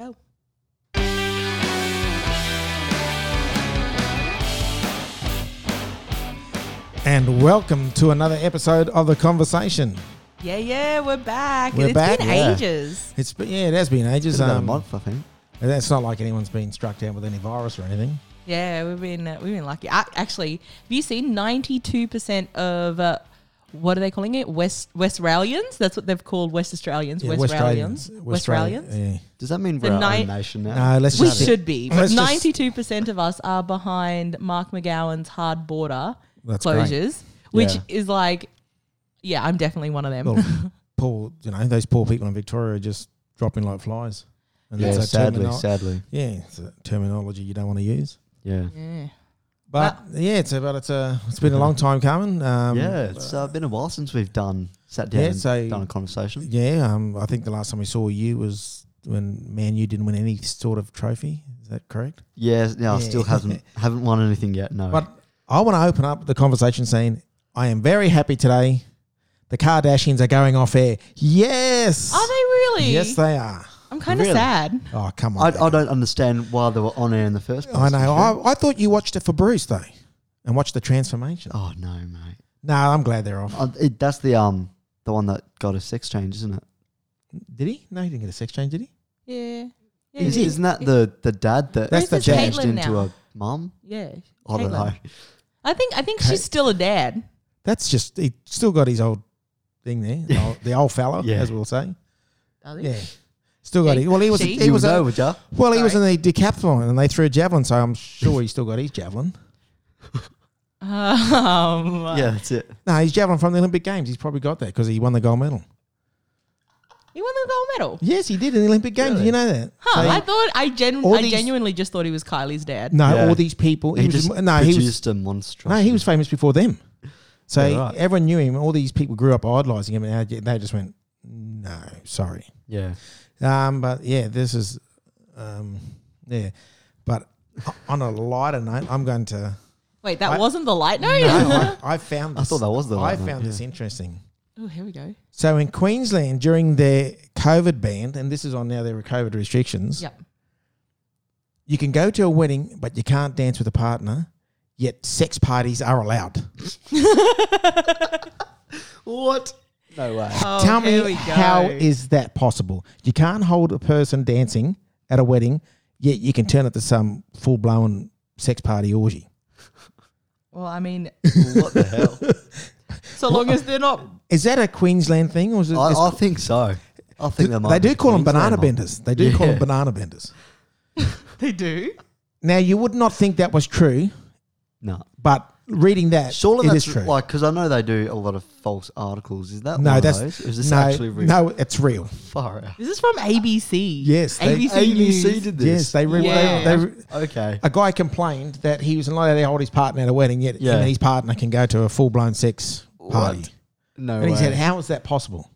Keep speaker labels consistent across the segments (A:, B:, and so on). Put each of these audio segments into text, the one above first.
A: Go.
B: And welcome to another episode of The Conversation.
A: Yeah, yeah, we're back.
B: We're
A: It's
B: back,
A: been
B: yeah.
A: ages.
B: It's been, yeah, it has been ages.
C: It's about a
B: um,
C: month, I think.
B: and It's not like anyone's been struck down with any virus or anything.
A: Yeah, we've been uh, we've been lucky. I, actually, have you seen ninety two percent of uh, what are they calling it? West Westralians. That's what they've called West Australians.
B: Yeah,
A: Westralians.
B: Westralians,
A: Westralians.
B: Westralians,
C: Does that mean
A: The
C: we're our
A: night-
C: own nation now?
B: Yeah. No, let's
A: We
B: just
A: should be, but
B: Let's just-
A: ninety two percent of us are behind Mark McGowan's hard border
B: That's great.
A: closures, which
C: Yeah.
A: is like, yeah, I'm definitely one of them.
B: Well, poor, you know, those poor people in Victoria are just dropping like flies. And
C: yeah,
B: that's a
C: sadly,
B: terminol-
C: sadly.
B: Yeah, it's a terminology you don't want to use.
C: Yeah.
A: yeah. Ah.
B: But yeah, it's about it's a it's been a long time coming. Um,
C: yeah, it's uh, been a while since we've done sat down
B: Yeah,
C: and
B: so-
C: done a conversation.
B: yeah. Um, I think the last time we saw you was when Man U didn't win any sort of trophy. Is that correct?
C: Yeah, no, I
B: Yeah.
C: still haven't haven't won anything yet. No,
B: But I want to open up the conversation saying, I am very happy today. The Kardashians are going off air. Yes.
A: Are they really?
B: Yes, they are.
A: I'm kind of
C: Really?
A: sad.
B: Oh, come
C: I,
B: on.
C: I don't understand why they were on air in the first place.
B: I
C: to be
B: know.
C: fair.
B: I, I thought you watched it for Bruce, though, and watched the transformation.
C: oh no, mate.
B: No, I'm glad they're off.
C: Uh, it, that's the um the one that got a sex change, isn't it?
B: Did he? No, he didn't get a sex change, did he?
A: Yeah. yeah
C: Is,
A: yeah.
C: isn't that the the dad that
B: That's the
A: Who's this
B: dad.
C: changed
A: Caitlyn
C: into
A: now?
C: a mum?
A: Yeah.
C: I don't
A: Caitlyn.
C: know.
A: I think I think
B: Ca-
A: she's still a dad.
B: That's just, he still got his old thing there, the old, the old fella,
C: Yeah.
B: as we'll say.
A: I think.
B: Yeah. Still got
A: She-
B: it. Well, he was,
A: she-
B: he was
C: you
B: a,
C: know, would ya?
B: Well, he was in the decathlon and they threw a javelin, so I'm sure he still got his javelin.
A: Um,
C: Yeah, that's it.
B: No, he's javelin from the Olympic Games. He's probably got that because he won the gold medal.
A: He won the gold medal.
B: Yes, he did in the Olympic Games.
C: Really?
B: You know that?
A: Huh,
B: So-
A: I thought I, genu-
B: all
A: I
B: these-
A: genuinely just thought he was Kylie's dad.
B: no,
C: Yeah.
B: all these people. He,
C: He,
B: was
C: just
B: no, he
C: produced
B: was
C: a monstrosity.
B: no, he was famous before them. So
C: Yeah, right.
B: everyone knew him. All these people grew up idolizing him, and they they just went, "No, sorry."
C: Yeah,
B: Um, but yeah, this is, um, yeah. But on a lighter note, I'm going to.
A: Wait, that
B: I-
A: wasn't the light note?
B: No, I, I found.
C: I
B: This,
C: thought that was the
B: I
C: light note,
B: found
C: yeah.
B: this interesting.
A: oh, here we go.
B: So in Queensland during their COVID ban, and this is on now their COVID restrictions.
A: Yep.
B: You can go to a wedding, but you can't dance with a partner. Yet sex parties are allowed.
C: What? No way.
A: Oh,
B: Tell
A: here we
B: me,
A: go.
B: how is that possible? You can't hold a person dancing at a wedding, yet you can turn it to some full blown sex party orgy.
A: Well, I mean,
C: what the hell?
A: so long as they're not.
B: Is that a Queensland thing, or is it?
C: I,
B: is-
C: I think so. I think that might
B: they
C: be
B: do call them banana
C: Queensland.
B: benders. They do call them
C: Yeah.
B: banana benders.
A: They do.
B: Now you would not think that was true,
C: No,
B: but reading that,
C: surely
B: it is
C: that's
B: true.
C: like because I know they do a lot of false articles. Is that
B: no,
C: one of
B: that's
C: those? Or is this
B: no,
C: actually real?
B: no, it's real.
C: far out.
A: This is from ABC.
B: Yes, they-
A: ABC, News.
C: ABC did this.
B: Yes, they, re-
A: Yeah.
B: they, they
C: okay.
B: a guy complained that he was allowed to hold his partner at a wedding, yet
C: Yeah.
B: him and his partner can go to a full blown sex party.
C: What? No
B: And he
C: way.
B: said, "How is that possible?"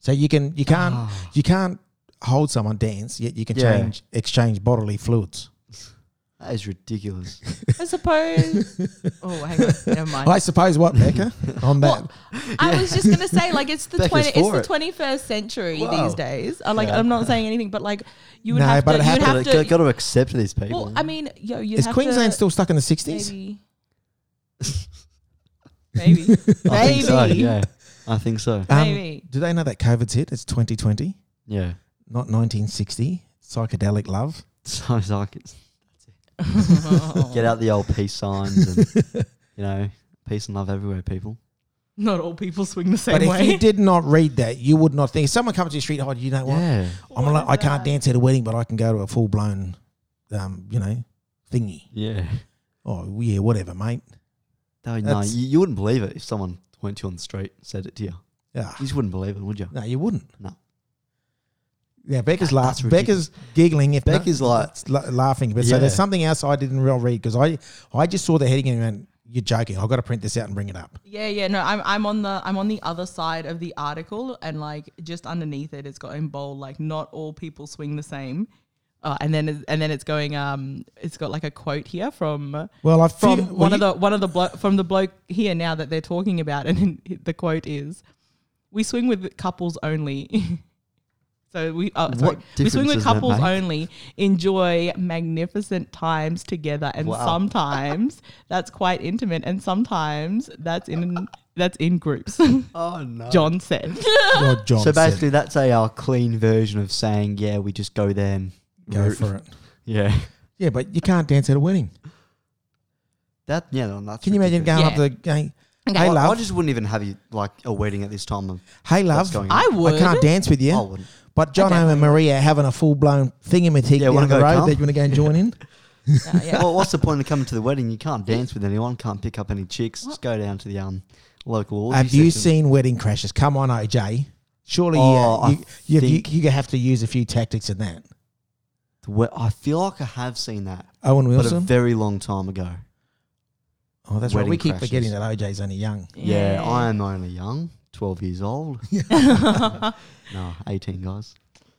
B: So you can you can't you can't hold someone dance, yet you can
C: Ah. Yeah.
B: change exchange bodily fluids.
C: that is ridiculous.
A: I suppose. oh, hang on. Never mind.
B: I suppose what Becca on that.
A: Well, I was just gonna say, like, it's the
C: Becca's
A: twenty, it's
C: for
A: the
C: it.
A: twenty first century
C: Wow.
A: these days. I'm like,
C: Yeah.
A: I'm not saying anything, but like, you would
B: No,
A: have
B: but
A: to,
B: it
A: you'd
C: Got
A: have
C: to,
A: to.
C: got to accept these people.
A: Well, I mean, yo, you'd
B: Is
A: have
B: Queensland
A: to
B: still stuck in the sixties?
A: maybe, maybe,
C: I think so.
A: maybe.
C: Yeah, I think so.
A: maybe.
B: Um, do they know that COVID's hit? It's twenty twenty,
C: Yeah.
B: not nineteen sixty. Psychedelic love.
C: So it's like it's,
A: Oh.
C: get out the old peace signs and you know peace and love everywhere, people.
A: Not all people swing the same
B: But if
A: way.
B: you did not read that, you would not think. If someone comes to your street, oh, you know what?
C: Yeah.
B: I'm like, I can't dance at a wedding, but I can go to a full blown, um, you know, thingy.
C: Yeah.
B: Oh yeah, whatever, mate.
C: No, no
B: That's-
C: you, you wouldn't believe it if someone went to you on the street and said it to you. You
B: Ah,
C: just wouldn't believe it, would you?
B: no, you wouldn't.
C: No.
B: Yeah, Becca's
C: That- that's
B: laughing. Becca's giggling. If
C: Becca's like-
B: it's la- laughing, but so there's
C: Yeah.
B: something else I didn't real read because I I just saw the heading and went, "You're joking." I've got to print this out and bring it up.
A: yeah, yeah. No, I'm, I'm on the, I'm on the other side of the article, and like just underneath it, it's got in bold, like not all people swing the same. Uh, and then, it- and then it's going. Um, it's got like a quote here from. uh,
B: Well, I
A: from
B: feel- well,
A: one of
B: you-
A: the one of the blo- from the bloke here now that they're talking about, and the quote is, "We swing with couples only." So we uh, sorry. we
C: What
A: swing
C: difference
A: with
C: does that
A: couples
C: make?
A: only. Enjoy magnificent times together, and
C: Wow.
A: sometimes that's quite intimate, and sometimes that's in that's in groups.
C: Oh no.
A: John said,
B: Well, John
C: so
B: said,
C: basically, that's a uh, clean version of saying, yeah, we just go there. And
B: go for it.
C: Yeah.
B: Yeah, but you can't dance at a wedding.
C: That yeah, no, that's
B: Can you imagine going
C: ridiculous.
A: Yeah.
B: up to the gang?
A: Okay.
B: Hey,
A: Well,
C: I, I
B: love.
C: just wouldn't even have you like a wedding at this time of.
B: hey, love.
C: going on? Oh,
A: "I would."
B: I can't dance with you.
C: I wouldn't.
B: But John
A: Okay.
B: and Maria are having a full blown thingamajig
C: Yeah,
B: down
C: wanna
B: the
C: go
B: road
C: come?
B: that you want to go and join in.
A: Yeah, yeah.
C: Well, what's the point of coming to the wedding? You can't dance with anyone. Can't pick up any chicks. Just go down to the um local. orgy
B: Have you
C: section.
B: seen wedding crashes? Come on, OJ. Surely
C: Oh,
B: uh,
C: I
B: you, you, you,
C: think-
B: you have to use a few tactics in that.
C: The we- I feel like I have seen that,
B: Owen
C: but a
B: Wilson.
C: very long time ago.
B: Oh, that's right.
C: wedding
B: We keep
C: crashes.
B: forgetting that OJ's only young.
C: Yeah, I am only young, twelve years old. no, eighteen guys.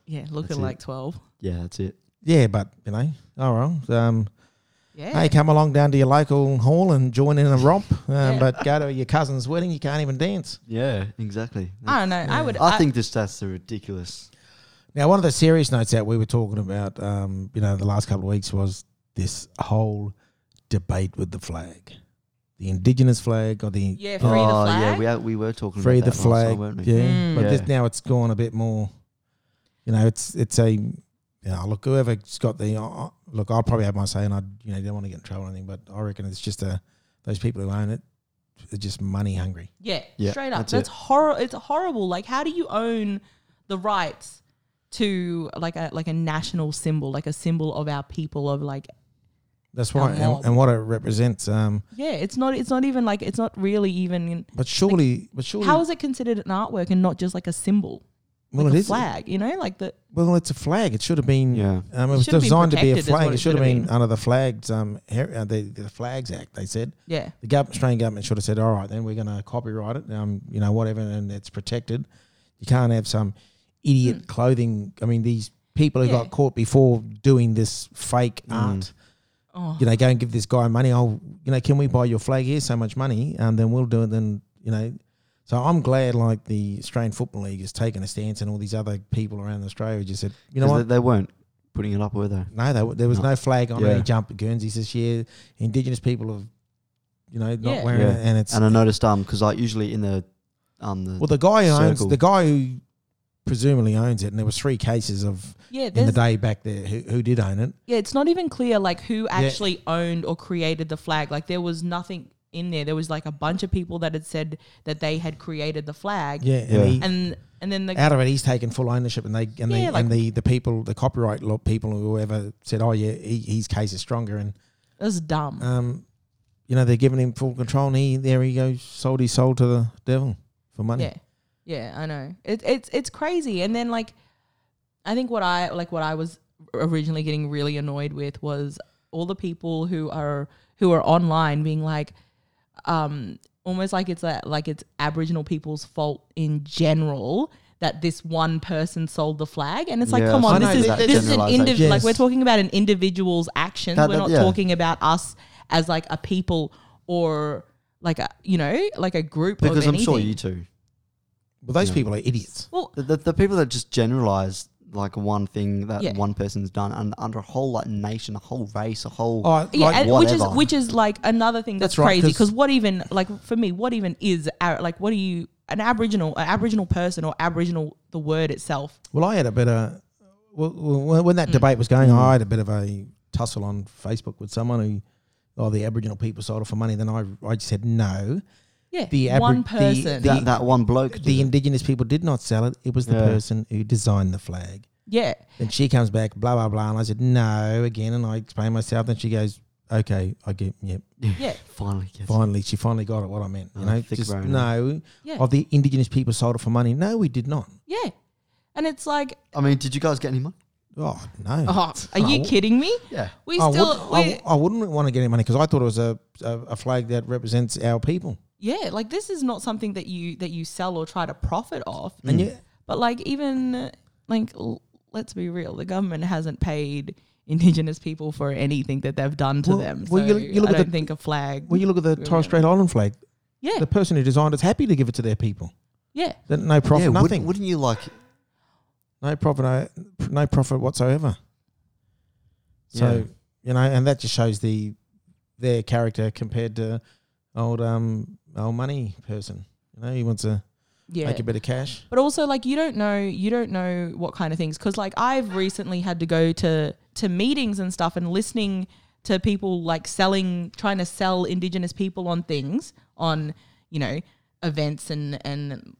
A: yeah, looking
C: it.
A: like twelve.
C: Yeah, that's it.
B: Yeah, but you know, all right. Um,
A: Yeah,
B: Hey, come along down to your local hall and join in a romp. Um,
A: Yeah.
B: But go to your cousin's wedding, you can't even dance.
C: Yeah, exactly.
A: I don't know. I would.
C: I think this that's the ridiculous.
B: Now, one of the serious notes that we were talking about, um, you know, the last couple of weeks was this whole debate with the flag, the Indigenous flag or the
A: Yeah, free
C: oh,
A: the
C: yeah,
A: flag.
C: we, had- we were talking
B: free
C: about
B: the
C: that last time,
B: flag.
C: weren't we?
B: yeah,
A: Mm.
B: but
C: Yeah.
B: This, now it's gone a bit more. You know, it's it's a you know, look whoever's got the uh, look. I'll probably have my say, and I you know don't want to get in trouble or anything, but I reckon it's just a those people who own it are just money hungry.
A: Yeah,
C: Yeah,
A: straight up.
C: that's
A: That's,
C: it.
A: horrible. It's horrible. Like, how do you own the rights to like a like a national symbol, like a symbol of our people? Of like,
B: That's
A: Our
B: why,
A: mob.
B: and, and what it represents. Um,
A: yeah, it's not. It's not even like. It's not really even.
B: but surely, but surely,
A: How is it considered an artwork and not just like a symbol,
B: well,
A: like
B: it
A: a
B: is-
A: flag? You know, like the
B: Well, it's a flag. It should have been.
C: Yeah.
B: Um, it,
A: It
B: was
A: should have been
B: designed to be a
A: protected is what
B: flag.
A: it
B: It should have
A: should have
B: been
A: been.
B: under the flags. Um, her, uh, the, the Flags Act. They said
A: yeah,
B: the gov- Australian government should have said, "All right, then we're going to copyright it. Um, you know, whatever, and it's protected. You can't have some idiot clothing. I mean, these people who
A: Hmm. Yeah.
B: got caught before doing this fake art.
A: oh,
B: You know, go and give this guy money. Oh, you know, can we buy your flag here? So much money, and then we'll do it. Then you know." So I'm glad, like the Australian Football League has taken a stance, and all these other people around Australia just said, "You know
C: 'Cause
B: what?
C: They, they weren't putting it up, were they?
B: No, they, there was
C: No.
B: no, flag on
C: Yeah.
B: any jump at Guernsey this year. Indigenous people have, you know, not
A: Yeah.
B: wearing
C: Yeah.
B: it, and it's
C: And I noticed um because like usually in the um the
B: well the guy who owns
C: Circle.
B: the guy who presumably owns it, and there was three cases of
A: yeah.
B: in the
A: There's,
B: day back there who, who did own it.
A: yeah, it's not even clear like who actually owned or created the flag. Like there was nothing in there. There was like a bunch of people that had said that they had created the flag,
B: Yeah, and
C: Yeah.
B: he-
A: and and then the
B: out of it, he's taken full ownership, and they and,
A: Yeah,
B: the,
A: like-
B: and the the people, the copyright law people, or whoever said, oh yeah, he, his case is stronger, and
A: that's dumb.
B: um, you know, they're giving him full control, and he there he goes, sold his soul to the devil for money.
A: Yeah, yeah, I know. It, it's it's crazy. And then like, I think what I like what I was originally getting really annoyed with was all the people who are who are online being like, um, almost like it's a, like it's Aboriginal people's fault in general. That this one person sold the flag, and it's like,
C: Yeah,
A: come
C: I
A: on,
B: know
A: this is
B: that
A: this is an individual.
B: generalisation.
A: Like we're
B: Yes.
A: talking about an individual's actions.
C: That-
A: we're
C: that-
A: not
C: yeah.
A: talking about us as like a people or like a you know like a group. of
C: because I'm sure
A: anything.
C: you two
B: Well, those
C: Yeah.
B: people are idiots.
A: Well,
C: the, the, the people that just generalize like one thing that
A: Yeah.
C: one person's done and under a whole like nation, a whole race, a whole
B: Oh,
A: yeah,
B: like,
A: and which is
C: whatever.
A: which is like another thing that's,
B: That's right,
A: crazy
B: 'cause-
A: because what even like for me, what even is Ar- like what do you an Aboriginal an Aboriginal person or Aboriginal the word itself?
B: Well, I had a bit of well, well, when
C: Mm.
B: that debate was going, on, I had a bit of a tussle on Facebook with someone who, oh, the Aboriginal people sold it for money. Then I, I said no,
A: Yeah,
B: The
A: one
B: Abri- the-
A: person.
B: the-
C: that, that one bloke. did
B: the
C: it.
B: Indigenous people did not sell it. It was the
C: Yeah.
B: person who designed the flag.
A: yeah,
B: And she comes back, blah blah blah, and I said no again, and I explained myself. Then she goes, okay, I get, yep.
A: yeah,
C: finally gets it.
B: Finally, she finally got it. What I meant, you
C: Oh,
B: know,
C: thick
B: just
C: brain.
B: no.
A: Yeah.
B: Of the Indigenous people sold it for money. No, we did not.
A: yeah. And it's like,
C: I mean, did you guys get any money?
B: Oh no.
A: oh, are you
B: Oh.
A: kidding me?
C: Yeah.
A: We
B: I,
A: still,
B: wouldn't, I
A: we,
B: w- I wouldn't want to get any money because I thought it was a, a, a flag that represents our people.
A: yeah, like this is not something that you that you sell or try to profit off.
B: And yeah,
A: But like even like l- let's be real, the government hasn't paid indigenous people for anything that they've done to
B: Well-
A: them.
B: well,
A: so
B: you- you look
A: I
B: at the-
A: don't think a flag.
B: when you look at the Torres Strait Island flag,
A: yeah,
B: the person who designed it's happy to give it to their people.
A: yeah.
B: That- No profit,
C: yeah,
B: nothing.
C: Wouldn't, wouldn't you like
B: no profit, no, no profit whatsoever. So
C: Yeah.
B: you know, and that just shows the their character compared to old um old money person. You know, he wants to
A: Yeah.
B: make a bit of cash.
A: But also, like, you don't know, you don't know what kind of things. Cause, like, I've recently had to go to to meetings and stuff and listening to people like selling, trying to sell Indigenous people on things, on you know, events and and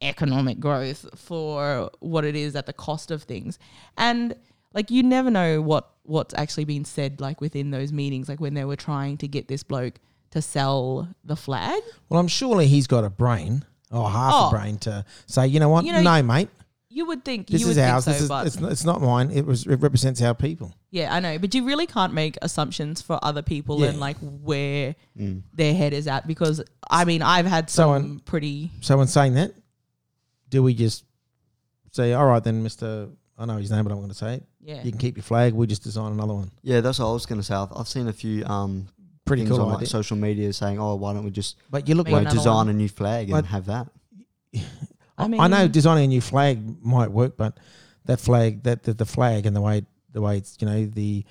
A: economic growth for what it is at the cost of things, and like, you never know what what's actually been said like within those meetings, like when they were trying to get this bloke to sell the flag.
B: Well, I'm surely he's got a brain or half
A: Oh.
B: a brain to say, you know what?
A: You know,
B: no, mate,
A: You would think
B: this
A: you would
B: is ours.
A: think so,
B: this is
A: but
B: it's, not- it's not mine. It was it represents our people.
A: Yeah, I know, but you really can't make assumptions for other people
B: Yeah. Mm.
A: and like where their head is at because I mean I've had some
B: So,
A: pretty
B: So in saying that, do we just say, all right then, Mister? I know his name, but I'm going to say it.
A: yeah
B: You can keep your flag. We just design another one.
C: Yeah, that's what I was going to say. I've, I've seen a few um,
B: Pretty
C: things
B: cool
C: on like,
B: idea.
C: social media saying, "Oh, why don't we just
B: but you look
A: Make
B: like
C: like
A: another
C: design
A: one.
C: a new flag and
B: But-
C: have that?"
A: I
B: I,
A: mean-
B: I know designing a new flag might work, but that flag, that the, the flag and the way the way it's you know the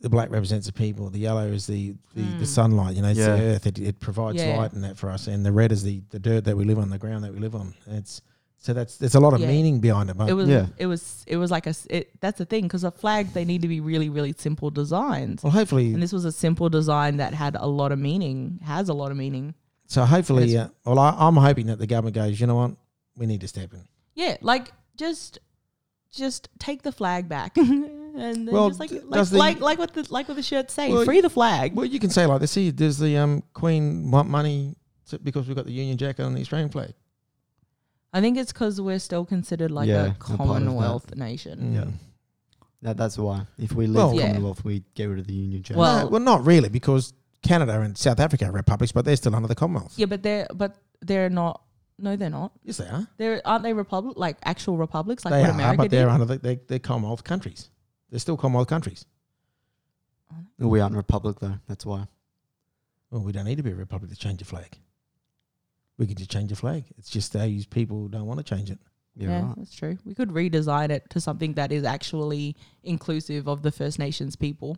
B: the black represents the people, the yellow is the the,
A: Mm.
B: the sunlight, you know, it's
C: Yeah.
B: the earth. It, it provides
A: Yeah.
B: light and that for us, and the red is the the dirt that we live on, the ground that we live on. It's so that's there's a lot of
A: Yeah.
B: meaning behind it, but
A: it was
C: Yeah.
A: it was it was like a s- it, that's the thing because a flag they need to be really really simple designs
B: well, hopefully,
A: and this was a simple design that had a lot of meaning has a lot of meaning
B: so hopefully, uh, well, I, I'm hoping that the government goes, you know what, we need to step in.
A: yeah like just just take the flag back and then
B: Well,
A: just like
B: d-
A: like,
B: does the-
A: like like what the like what the shirts say
B: Well,
A: free the flag
B: Well, you can say like this: see, does the um, Queen want money to, because we've got the Union Jack on the Australian flag?
A: I think it's because we're still considered like
C: Yeah,
A: a
C: a part of that.
A: Commonwealth nation.
B: Mm.
C: Yeah. That, that's why. If we leave
B: Well-
A: Yeah.
C: Commonwealth, we get rid of the Union Jack.
A: Well-
B: Well, well, not really, because Canada and South Africa are republics, but they're still under the Commonwealth.
A: Yeah, but they're but they're not. No, they're not.
B: Yes, they are.
A: They're aren't they republic like actual republics like
B: they
A: what
B: are,
A: America
B: but
A: did?
B: they're under the, they're, they're Commonwealth countries. They're still Commonwealth countries.
C: we aren't a republic though. That's why.
B: Well, we don't need to be a republic to change a flag. We could just change a flag. It's just they use people who don't want to change it.
C: You're
A: yeah,
C: right.
A: that's true. We could redesign it to something that is actually inclusive of the First Nations people.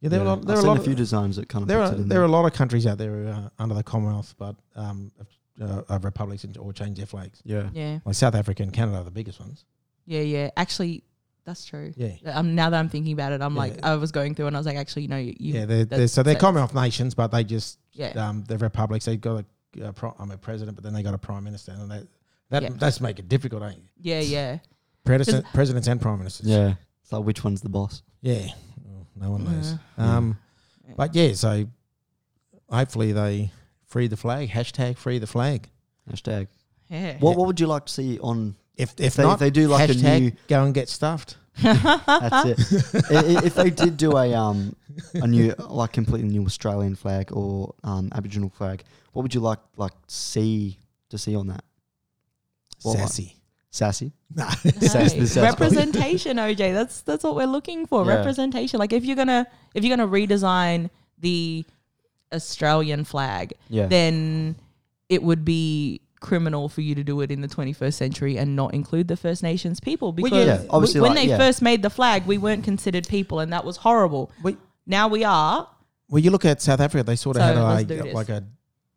B: Yeah, there
C: Yeah.
B: are a lot. There
C: I've
B: are a
C: seen
B: lot
C: a few
B: of,
C: designs that kind of
B: there
C: puts
B: are
C: it in
B: there are a lot of countries out there who are under the Commonwealth, but um, uh, are republics and- or change their flags.
C: Yeah.
A: Yeah,
B: Like South Africa and Canada are the biggest ones.
A: yeah, yeah. Actually, that's true.
B: Yeah.
A: Um, now that I'm thinking about it, I'm like,
B: Yeah.
A: I was going through and I was like, actually, no, you, you
B: yeah, they're, they're, so they're
A: that's-
B: Commonwealth nations, but they just
A: yeah.
B: um, the republics. They've got a, a pro, I'm a president, but then they got a prime minister, and that that
A: Yeah.
B: that's make it difficult, ain't you?
A: yeah, yeah.
B: President, presidents and prime ministers.
C: Yeah. It's like which one's the boss?
B: yeah. Well, no one knows.
A: Mm-hmm.
C: Yeah.
B: Um, but yeah, so hopefully they free the flag. Hashtag free the flag.
C: Hashtag.
A: Yeah.
C: What What would you like to see on?
B: If if
C: They-
B: not,
C: they do like a
B: hashtag
C: new-
B: go and get stuffed.
C: That's it. I- i- if they did do a um a new like completely new Australian flag or um Aboriginal flag, what would you like like see to see on that? Well, I-
B: Sassy.
C: Sassy.
B: No.
A: No.
C: Says the says.
A: representation oj that's that's what we're looking for
C: Yeah.
A: representation like if you're gonna if you're gonna redesign the australian flag
C: Yeah.
A: then it would be criminal for you to do it in the 21st century and not include the first nations people because
B: yeah,
C: yeah, obviously,
A: when
C: like,
A: they
C: yeah.
A: first made the flag we weren't considered people and that was horrible
B: Well,
A: now we are
B: well, you look at South Africa. They sort of
A: So let's
B: had
A: do
B: a,
A: this.
B: like a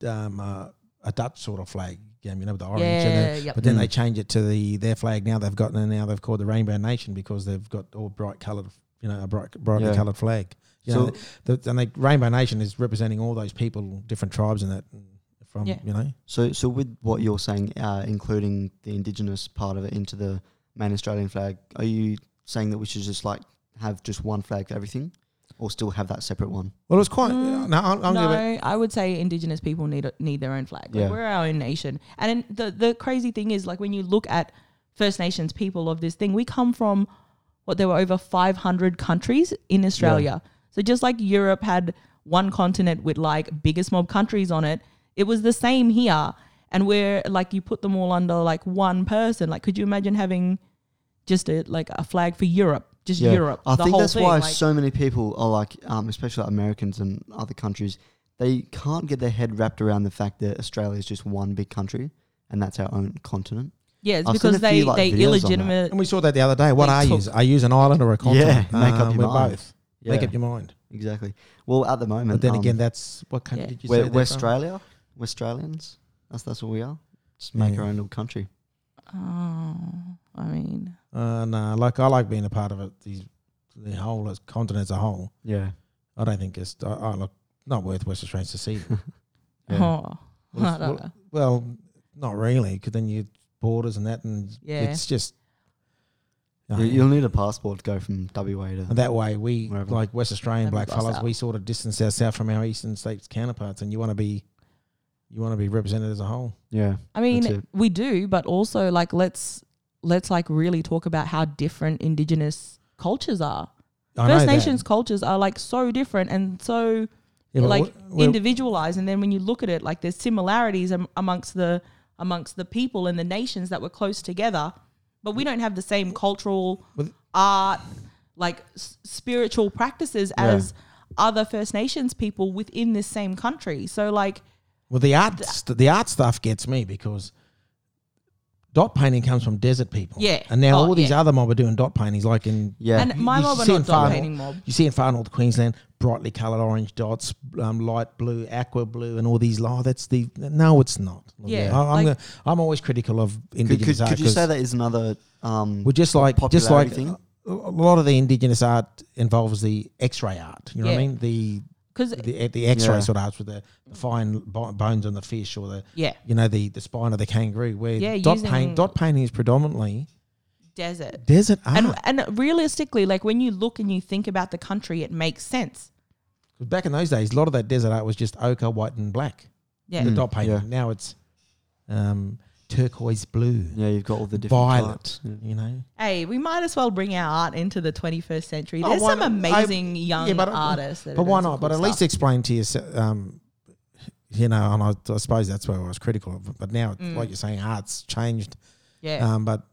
B: um, uh, a Dutch sort of flag. You know, with the orange and the,
A: yeah yep.
B: But then they
C: Mm.
B: change it to the their flag. Now they've gotten and now they've called the Rainbow Nation because they've got all bright coloured, you know, a bright, brightly
C: Yeah.
B: coloured flag. You
C: So-
B: know, the, and they, Rainbow Nation is representing all those people, different tribes, and that from
A: Yeah.
B: you know.
C: So, so with what you're saying, uh, including the indigenous part of it into the main Australian flag, are you saying that we should just like have just one flag for everything, or still have that separate one?
B: Well, it was quite.
A: Mm,
B: no, I'm, I'm
A: no,
B: gonna.
A: I would say Indigenous people need a, need their own flag. Like,
C: Yeah.
A: We're our own nation, and in- the the crazy thing is, like when you look at First Nations people of this thing, we come from what there were over five hundred countries in Australia. So just like Europe had one continent with like biggest mob countries on it, it was the same here. And we're like you put them all under like one person. Like, could you imagine having just a like a flag for Europe, just Europe?
C: I
A: the
C: think
A: whole
C: that's
A: thing,
C: why
A: like-
C: so many people are like, um, especially Americans and other countries, they can't get their head wrapped around the fact that Australia is just one big country and that's our own continent.
A: Yeah, it's
C: I've seen
A: because
C: a few,
A: they
C: like,
A: they
C: videos on that.
A: illegitimate.
B: And we saw that the other day. What
A: They
B: are you?
A: took-
B: Are you an island or a continent?
C: Yeah, make up
B: Um,
C: your
B: we're
C: mind.
B: both.
C: Yeah,
B: Make up your mind.
C: exactly. Well, at the moment,
B: But then
C: um,
B: again, that's what country
A: yeah.
B: did you say?
C: we're,
B: they're
C: we're
B: from?
C: Australia. We're Australians. That's that's what we are. Just make
B: Yeah.
C: our own little country.
A: Oh, I mean,
B: Uh, no, like I like being a part of it. These the whole continent as a whole.
C: Yeah.
B: I don't think it's. I, I look not worth West Australians to see.
C: Yeah.
A: oh,
B: Well,
A: I don't
B: it's- well-
A: know.
B: well, not really, because then you borders and that, and
A: Yeah.
B: it's just. you know,
C: You- You'll need a passport to go from WA to.
B: and that way, we
C: Wherever.
B: like West Australian
A: Then we
B: black
A: cross
B: fellas,
A: out.
B: we sort of distance ourselves from our eastern states counterparts, and you want to be, you want to be represented as a whole.
C: Yeah.
A: I mean,
C: it.
A: we do, but also like let's let's like really talk about how different Indigenous cultures are.
B: I know
A: First
B: that.
A: Nations cultures are like so different and so
B: Yeah, but
A: like
B: wh- where-
A: individualized and then when you look at it like there's similarities am- amongst the amongst the people and the nations that were close together but we don't have the same cultural
B: With-
A: art like s- spiritual practices as other first nations people within this same country so like
B: Well, the art, st- the art stuff gets me because dot painting comes from desert people.
A: Yeah.
B: and now
A: Oh,
B: all these
A: yeah.
B: other mob are doing dot paintings, like in
C: Yeah.
A: and my
B: you
A: mob are
B: see in
A: not
B: far
A: dog
B: nor-
A: painting mob
B: you see in far north Queensland, brightly coloured orange dots, um, light blue, aqua blue, and all these. Oh, that's the no, it's not.
A: Yeah,
B: I,
A: like-
B: I'm gonna- I'm always critical of
C: could,
B: indigenous
C: could,
B: art.
C: could you
B: 'cause
C: say that is another? Um,
B: We're just like just
C: popularity
B: like
C: thing?
B: a a lot of the indigenous art involves the X-ray art. You know what I
A: Yeah.
B: mean? The
A: because
B: the, the X-ray
C: Yeah.
B: sort of arts with the, the fine bo- bones on the fish or the
A: yeah
B: you know the the spine of the kangaroo where
A: Yeah,
B: dot paint
A: using-
B: dot painting is predominantly
A: desert
B: desert art.
A: and and realistically like when you look and you think about the country it makes sense
B: 'Cause Back in those days, a lot of that desert art was just ochre, white, and black.
A: yeah
B: The
C: Mm.
B: dot painting.
C: yeah.
B: Now it's um, turquoise blue,
C: yeah, you've got all the different
B: violet.
C: parts. Yeah.
B: You know,
A: Hey, we might as well bring our art into the 21st century.
B: Oh,
A: There's
B: why
A: some
B: not?
A: amazing young
B: yeah, but-
A: artists. That
B: but
A: are
B: why
A: doing some
B: not? But
A: cool
B: at least
A: stuff.
B: explain to yourself. Um, you know, and I, I suppose that's where I was critical of. it. But now,
A: Mm.
B: like you're saying, art's changed.
A: yeah,
B: Um, but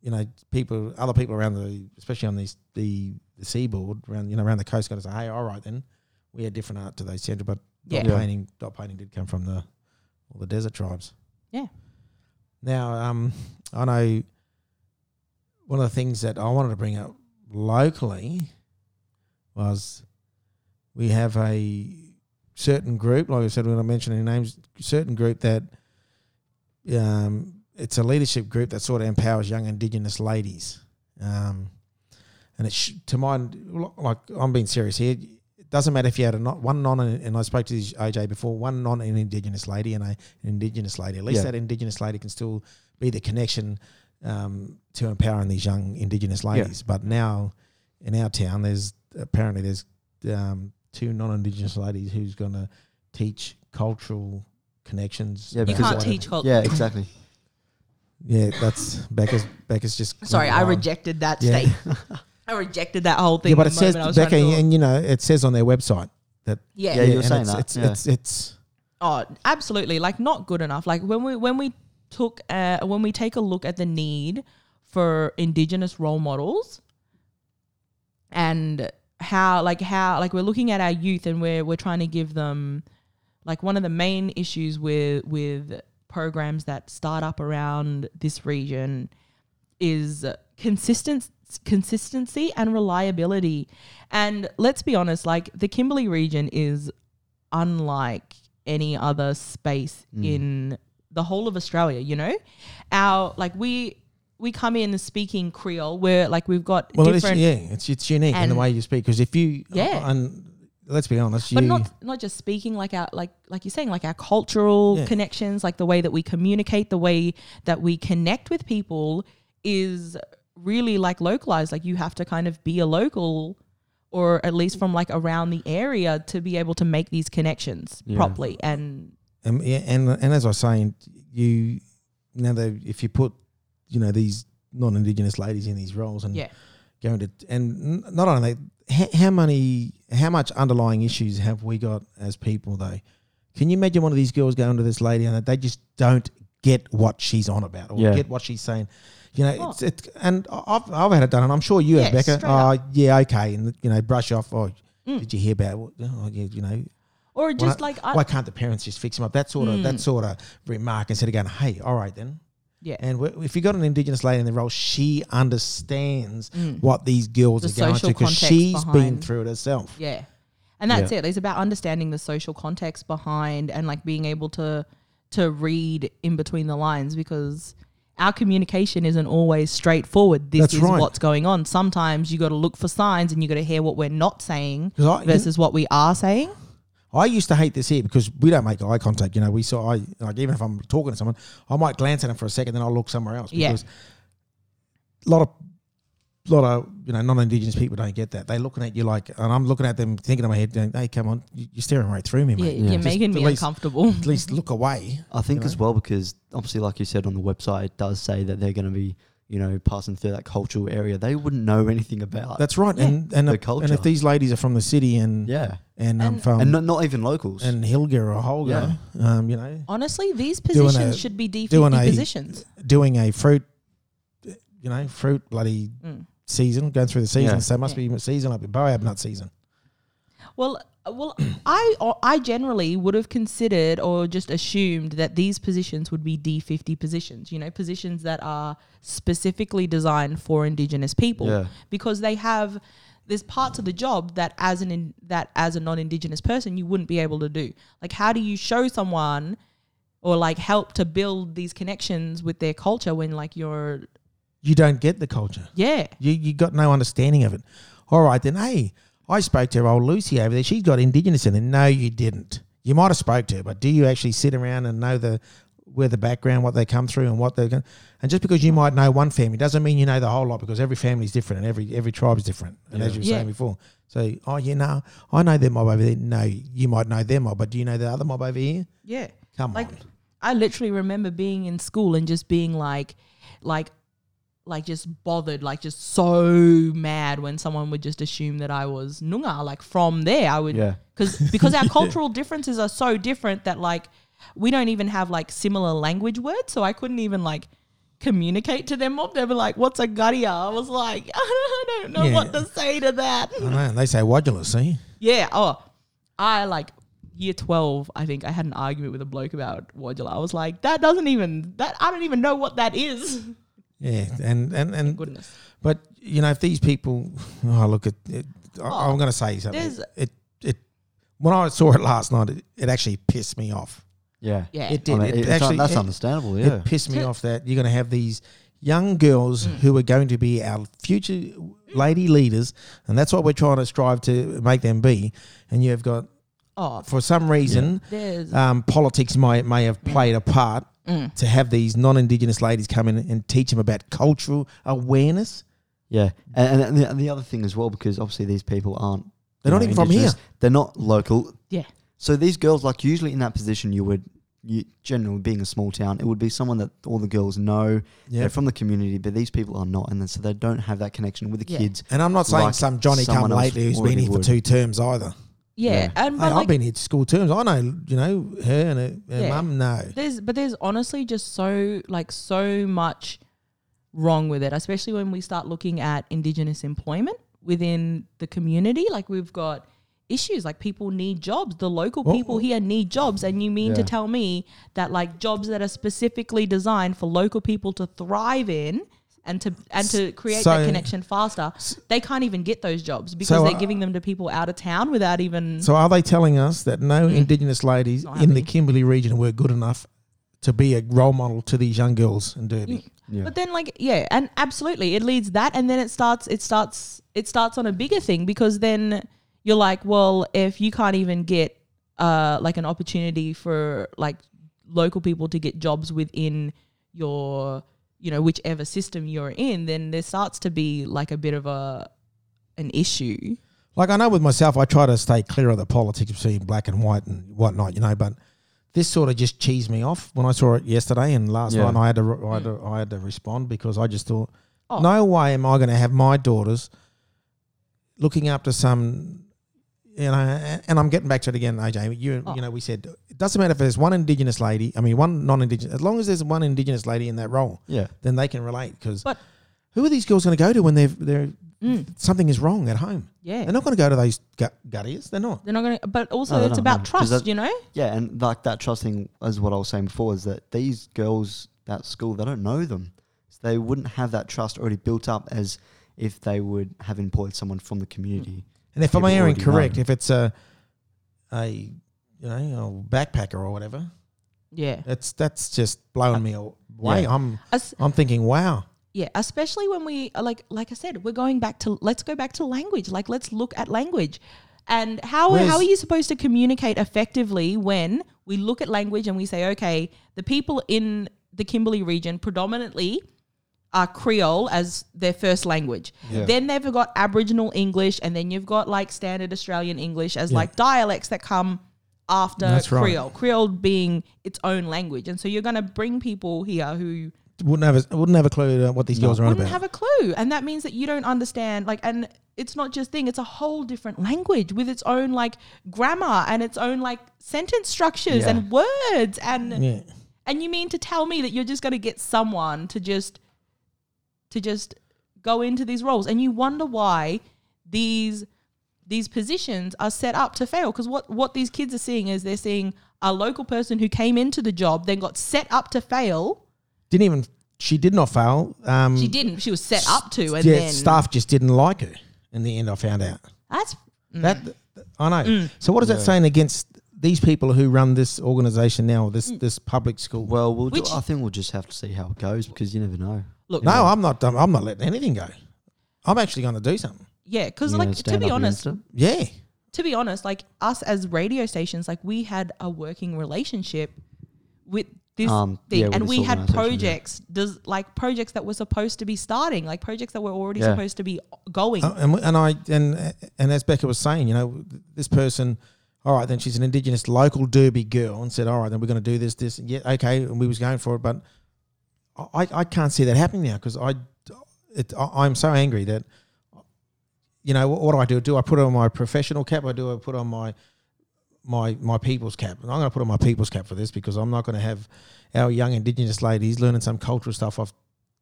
B: you know, people, other people around the, especially on these the, the seaboard around, you know, around the coast, got to say, hey, all right, then we had different art to those centre, but dot
A: Yeah.
C: Yeah.
B: painting, dot painting did come from the all the desert tribes.
A: Yeah.
B: Now, um, I know one of the things that I wanted to bring up locally was we have a certain group, like I said, we're not mentioning names, certain group that um, it's a leadership group that sort of empowers young Indigenous ladies. Um, and it sh- to mind, like I'm being serious here. It doesn't matter if you had a not, one non, and I spoke to this AJ before, one non-Indigenous lady and a, an Indigenous lady. At least
C: Yeah.
B: that Indigenous lady can still be the connection um, to empowering these young Indigenous ladies. But now, in our town, there's apparently there's um, two non-Indigenous ladies who's going to teach cultural connections.
C: Yeah,
A: you
C: because
A: can't
C: I-
A: teach culture.
C: Yeah, exactly.
B: Yeah, that's Becca's. Becca's just
A: Sorry, I
B: Um,
A: rejected that
B: yeah.
A: state. I rejected that whole thing.
B: Yeah, but
A: the
B: it says
A: moment I was
B: Becca,
A: trying to-
B: and you know, it says on their website.
A: yeah.
C: Yeah, you were
B: and
C: saying
B: it's,
C: that,
B: It's,
C: yeah.
B: it's it's
A: Oh, absolutely. Like not good enough. Like when we when we took uh, when we take a look at the need for indigenous role models and how like how like we're looking at our youth and we're we're trying to give them like one of the main issues with with programs that start up around this region is consistent consistency and reliability. And let's be honest, like the Kimberley region is unlike any other space in the whole of Australia, you know? Our like we we come in speaking Creole, where like we've got
B: well, it is,
A: different
B: yeah, it's it's unique in the
A: and-
B: way you speak because if you
A: Yeah.
B: and let's be honest, you
A: but not not just speaking like our like like you're saying like our cultural
B: Yeah.
A: connections like the way that we communicate the way that we connect with people is really like localized like you have to kind of be a local or at least from like around the area to be able to make these connections
C: Yeah.
A: properly and
B: um, yeah, and and as I was saying, you now they if you put you know these non-indigenous ladies in these roles and
A: yeah
B: going to and n- not only that, h- how many how much underlying issues have we got as people though? Can you imagine one of these girls going to this lady and they just don't get what she's on about or
C: Yeah.
B: get what she's saying? You know,
A: Oh.
B: it's it, and I- I've, I've had it done, and I'm sure you have,
A: Yeah,
B: Becca.
A: straight
B: Oh,
A: up.
B: yeah, okay, and you know, brush off. Oh,
A: Mm.
B: did you hear about? what- Oh, yeah, you know,
A: or just
B: why,
A: like I,
B: why can't the parents just fix them up? That sort of that
A: Mm.
B: sort of remark instead of going, hey, all right then,
A: Yeah.
B: And we- if you got an Indigenous lady in the role, she understands
A: Mm.
B: what these girls
A: The
B: are going
A: social
B: through because
A: context
B: she's been
A: behind-
B: through it herself.
A: Yeah. And that's it. It's about understanding the social context behind and like being able to to read in between the lines because our communication isn't always straightforward. This
B: That's
A: is
B: right.
A: what's going on. Sometimes you got to look for signs and you got to hear what we're not saying
B: 'Cause I,
A: versus what we are saying.
B: I used to hate this here because we don't make eye contact. You know, we saw I like even if I'm talking to someone, I might glance at them for a second, then I'll look somewhere else.
A: Yeah.
B: Because a lot of lot of you know non-indigenous people don't get that. They're looking at you like, and I'm looking at them, thinking in my head, going, "Hey, come on, you- you're staring right through me,
A: Yeah,
B: mate.
C: Yeah.
A: you're
C: Just
A: making me
B: at least-
A: uncomfortable.
B: At least look away."
C: I think
B: You
C: as well because obviously, like you said on the website, it does say that they're going to be, you know, passing through that cultural area. They wouldn't know anything about.
B: That's right. And and
C: The
B: if- and
C: culture.
B: if these ladies are from the city and
C: yeah,
B: and, um,
A: And-
B: from
C: and
B: and,
C: not, not even locals.
B: Hilger or Holger, um, you know,
A: Honestly, these
B: Doing
A: positions
B: a-
A: should be D
B: doing a-
A: positions.
B: doing a fruit, you know, fruit bloody
A: Mm.
B: season, going through the season.
C: Yeah.
B: So it must be season up in Boab nut season.
A: Well, well, I or I generally would have considered or just assumed that these positions would be D fifty positions. You know, positions that are specifically designed for Indigenous people
C: Yeah.
A: because they have there's parts of the job that as an in, that as a non-Indigenous person you wouldn't be able to do. Like, how do you show someone or like help to build these connections with their culture when like you're
B: You don't get the culture.
A: yeah
B: You you got no understanding of it. All right, then. Hey, I spoke to old Lucy over there. She's got indigenous in it. No, you didn't. You might have spoke to her, but do you actually sit around and know the where the background, what they come through, and what they're going? And just because you might know one family doesn't mean you know the whole lot because every family's different and every every tribe's different. And as you were
A: Yeah.
B: saying before, so oh, you know, I know their mob over there. No, you might know their mob, but do you know the other mob over here?
A: yeah
B: Come
A: Like-
B: on.
A: I literally remember being in school and just being like, like, like just bothered, like just so mad when someone would just assume that I was Noongar. Like from there, I would,
C: Yeah.
A: because because our cultural differences are so different that like we don't even have like similar language words, so I couldn't even like communicate to them. They were like, "What's a guria?" I was like, "I don't know
B: Yeah.
A: what to say to that."
B: I know. They say wadulus, see?
A: Yeah. Oh, I like year 12, I think I had an argument with a bloke about Wadula. I was like, that doesn't even, that I don't even know what that is.
B: Yeah, and and and
A: Goodness.
B: But you know, if these people, oh look, it, it, I, I'm going to say something.
A: Oh, there's-
B: It it when I saw it last night, it, it actually pissed me off.
C: yeah,
A: Yeah.
B: It
C: I
B: did.
C: mean,
B: it
C: it's un-
B: actually
C: that's
B: it,
C: understandable.
B: it
C: Yeah,
B: pissed me off that you're going to have these young girls
A: Hmm.
B: who are going to be our future lady leaders, and that's what we're trying to strive to make them be. And you've got,
A: oh,
B: for some reason,
A: there's, Hmm.
B: um, politics may may have played a part to have these non-indigenous ladies come in and teach them about cultural awareness.
C: yeah. And, and the, and the other thing as well, because obviously these people aren't.
B: They're
C: you
B: not
C: know,
B: even from
C: indigenous.
B: here.
C: They're not local.
A: yeah.
C: So these girls, like usually in that position, you would you generally being a small town, it would be someone that all the girls know.
B: Yeah.
C: They're from the community, but these people are not, and then, so they don't have that connection with the
A: Yeah.
C: kids.
B: And I'm not saying
C: like
B: some Johnny come
C: someone else
B: lately who's been
C: already
B: here for
C: would.
B: two terms either.
A: Yeah.
C: Yeah.
A: And,
B: Hey,
A: but
B: I've
A: like,
B: been here school terms. I know, you know, her and her, her
A: Yeah.
B: mum know.
A: there's, but there's honestly just so, like, so much wrong with it, especially when we start looking at Indigenous employment within the community. Like, we've got, issues like people need jobs the local
B: Well-
A: people here need jobs and you mean to
C: Yeah.
A: tell me that like jobs that are specifically designed for local people to thrive in and to and to create
B: so-
A: that connection faster they can't even get those jobs because
B: So,
A: they're
B: uh,
A: giving them to people out of town without even
B: So are they telling us that no Indigenous
A: Mm.
B: ladies
A: Not
B: in the
A: happening.
B: Kimberley region were good enough to be a role model to these young girls in Derby?
C: Yeah.
A: But then like yeah, and absolutely it leads that and then it starts it starts it starts on a bigger thing because then you're like, well, if you can't even get uh like an opportunity for like local people to get jobs within your you know whichever system you're in, then there starts to be like a bit of a an issue.
B: Like I know with myself, I try to stay clear of the politics between black and white and whatnot, you know. But this sort of just cheesed me off when I saw it yesterday and last
C: Yeah.
B: night. I had to, re- I had to, I had to respond because I just thought,
A: Mm. Oh.
B: no way am I going to have my daughters looking up to some, you know. a- And I'm getting back to it again, AJ. You,
A: Oh.
B: you know, we said it doesn't matter if there's one Indigenous lady. I mean, one non-Indigenous. As long as there's one Indigenous lady in that role,
C: Yeah.
B: then they can relate. Because
A: But-
B: who are these girls going to go to when they're, they're
A: Mm.
B: something is wrong at home?
A: Yeah.
B: They're not going to go to those gu- gutties. They're not.
A: They're not gonna but also
C: No, they're
A: it's
C: not,
A: about
C: no, 'cause
A: trust,
C: that-
A: you know?
C: Yeah, and like that trust thing is what I was saying before is that these girls that school. They don't know them. So they wouldn't have that trust already built up as if they would have employed someone from the community.
B: And if I'm
C: People
B: hearing
C: already know.
B: correct, if it's a a you know a backpacker or whatever,
A: Yeah.
B: that's that's just
A: Uh,
B: blowing me away.
C: Yeah.
B: I'm
A: As,
B: I'm thinking, wow,
A: yeah, especially when we uh, like like I said, we're going back to let's go back to language. Like let's look at language. And how
B: Where's-
A: how are you supposed to communicate effectively when we look at language and we say, okay, the people in the Kimberley region predominantly are Creole as their first language.
B: Yeah.
A: Then they've got Aboriginal English, and then you've got like standard Australian English as
B: Yeah.
A: like dialects that come after
B: That's right.
A: Creole. Creole being its own language, and so you're going to bring people here who
B: wouldn't have a, wouldn't have a clue uh, what these girls are on
A: wouldn't
B: about.
A: have a clue, and that means that you don't understand. Like, and it's not just thing; it's a whole different language with its own like grammar and its own like sentence structures
C: Yeah.
A: and words and
B: yeah,
A: and you mean to tell me that you're just going to get someone to just to just go into these roles and you wonder why these these positions are set up to fail because what what these kids are seeing is they're seeing a local person who came into the job then got set up to fail.
B: didn't even she did not fail. Um,
A: She didn't. She was set up to and
B: yeah,
A: then
B: staff just didn't like her. In the end, I found out
A: That's
B: that I know.
A: Mm.
B: So what is that saying against these people who run this organization now, this
A: Mm.
B: this public school?
C: Well, we'll
A: Which-
C: do, I think we'll just have to see how it goes because you never know.
A: look.
B: no, I'm not. done- I'm not letting anything go. I'm actually going to do something.
A: Yeah, because
C: You know,
A: like to
C: stand
A: be
C: up
A: honest,
C: against it.
B: Yeah,
A: to be honest, like us as radio stations, like we had a working relationship with this
C: Um,
A: thing,
C: yeah, with
A: and
C: this
A: we had
C: organisation, yeah.
A: projects, does like projects that were supposed to be starting, like projects that were already
C: Yeah.
A: supposed to be going.
B: Uh, and, and I and and as Becca was saying, you know, this person, all right, then she's an indigenous local Derby girl, and said, all right, then we're going to do this, this, yeah, okay, and we was going for it, but I, I can't see that happening now because I, it, I, I'm so angry that, you know, what, what do I do? Do I put on my professional cap? Or do I put on my my my people's cap, and I'm going to put on my people's cap for this because I'm not going to have our young Indigenous ladies learning some cultural stuff off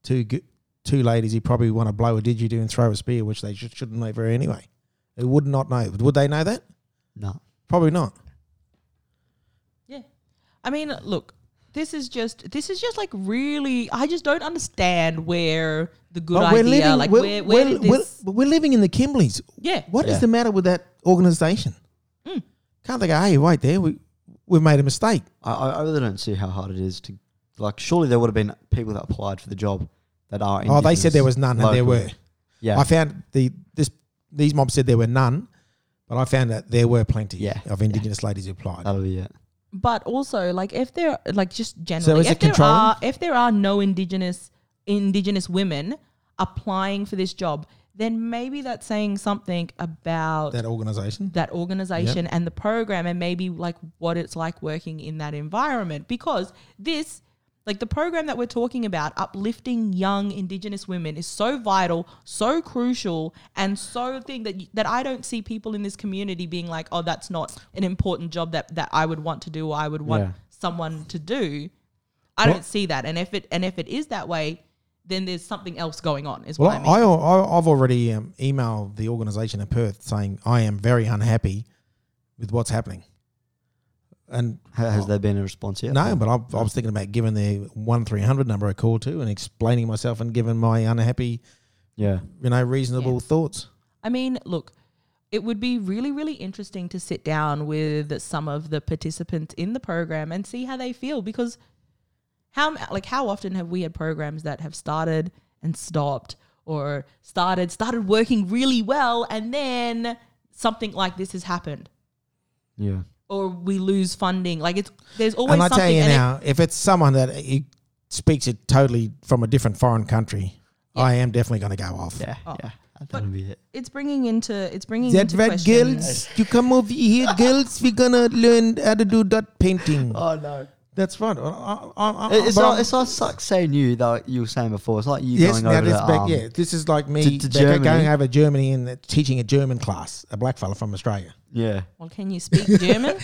B: two g- two ladies who probably want to blow a didgeridoo and throw a spear, which they just shouldn't know very anyway. Who would not know? Would they know that?
C: No.
B: Probably not.
A: Yeah. I mean, look, this is just this is just like really I just don't understand where the good
B: But
A: idea like
B: we're,
A: where where
B: we're,
A: did this
B: we're- but we're living in the Kimberleys.
A: Yeah. Hmm.
B: What is
C: Yeah.
B: the matter with that organisation? Can't they go? Hey, wait there. We we've made a mistake.
C: I, I I really don't see how hard it is to like. Surely there would have been people that applied for the job that are.
B: Oh, they said
C: Indigenous,
B: there was none, and there
C: local.
B: were.
C: Yeah,
B: I found the this these mobs said there were none, but I found that there were plenty
C: Yeah.
B: of Indigenous ladies who applied.
C: that'll be it.
A: but also like if there like just generally
B: is
A: if
B: it
A: there
B: controlling?
A: are if there are no indigenous indigenous women applying for this job then maybe that's saying something about
B: that organisation.
A: that organization and the program and maybe like what it's like working in that environment because this like the program that we're talking about uplifting young indigenous women is so vital so crucial and so thing that y- that I don't see people in this community being like oh that's not an important job that that I would want to do or I would want
C: Yeah.
A: someone to do I
B: Well-
A: don't see that and if it and if it is that way then there's something else going on is
B: Well,
A: what I mean
B: I, I, I've already um, emailed the organisation in Perth saying I am very unhappy with what's happening. And
C: Ha-
A: Oh.
C: Has there been a response yet?
B: no, but I, I was thinking about giving the one three hundred number a call to and explaining myself and giving my unhappy,
C: yeah,
B: you know, reasonable
A: Yeah.
B: thoughts.
A: I mean, look, it would be really, really interesting to sit down with some of the participants in the program and see how they feel because how like how often have we had programs that have started and stopped or started started working really well and then something like this has happened
C: yeah.
A: or we lose funding like it's there's always
B: and I tell
A: something
B: you
A: and it-
B: now, if it's someone that he speaks it totally from a different foreign country, I am definitely going to go off.
C: Yeah,
A: Oh.
C: yeah. That'll be it.
A: it's bringing into it's bringing
B: That
A: into
B: right,
A: question
B: girls? You come over here, girls. We're gonna learn how to do dot painting.
C: Oh no.
B: That's right. I, I, I, I,
C: It's
B: but
C: not,
B: I'm-
C: it's not like saying you that you were saying before. It's like you
B: yes,
C: going
B: now
C: over
B: this
C: to,
B: back.
C: um,
B: yeah, this is like me
C: to- to
B: Becca,
C: Germany.
B: going over Germany and uh, teaching a German class, a black fella from Australia.
C: yeah.
A: well can you speak german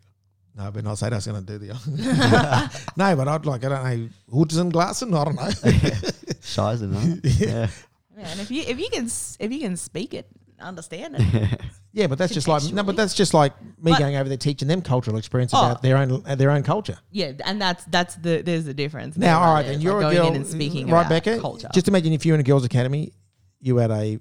B: No, but not say that's going to do the. no, but I'd like I don't know hoods and glassen. I don't know.
C: Shies and that. yeah.
A: Yeah, and if you if you can s- if you can speak it understand it.
C: yeah.
B: Yeah, but that's just like no,
A: Contextually.
B: but that's just like me
A: But-
B: going over there teaching them cultural experience
A: Oh.
B: about their own uh, their own culture.
A: Yeah, and that's that's the there's the difference.
B: Now,
A: there,
B: all right,
A: there,
B: then
A: like
B: you're
A: going
B: a girl,
A: in and speaking
B: right,
A: about
B: Becca?
A: culture.
B: Just imagine if you were in a girls' academy, you had a